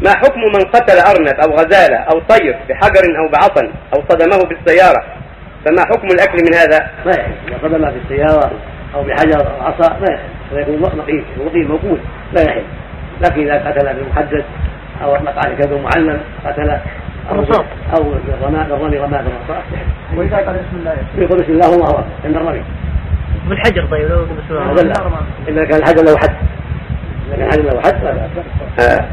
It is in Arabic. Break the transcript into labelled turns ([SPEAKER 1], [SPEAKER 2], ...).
[SPEAKER 1] ما حكم من قتل أرنب أو غزالة أو طير بحجر أو بعصا أو صدمه بالسيارة فما حكم الأكل من هذا
[SPEAKER 2] ما يحل اذا قدم في السياره او بحجر او عصا ما يحل هذا يكون مقيت مقيت موقوت لا يحل لكن اذا قتل بمحدد او مقعد كذب معلم قتله او
[SPEAKER 3] رصاص.
[SPEAKER 2] او بالرماء بالرمي رماء بالرصاص يحل
[SPEAKER 3] واذا قال بسم الله
[SPEAKER 2] يقول بسم الله الله اكبر عند الرمي
[SPEAKER 3] بالحجر طيب لو يقول بسم الله
[SPEAKER 2] هذا لا اذا كان الحجر له حد اذا كان الحجر له حد فلا بأس.
[SPEAKER 1] آه،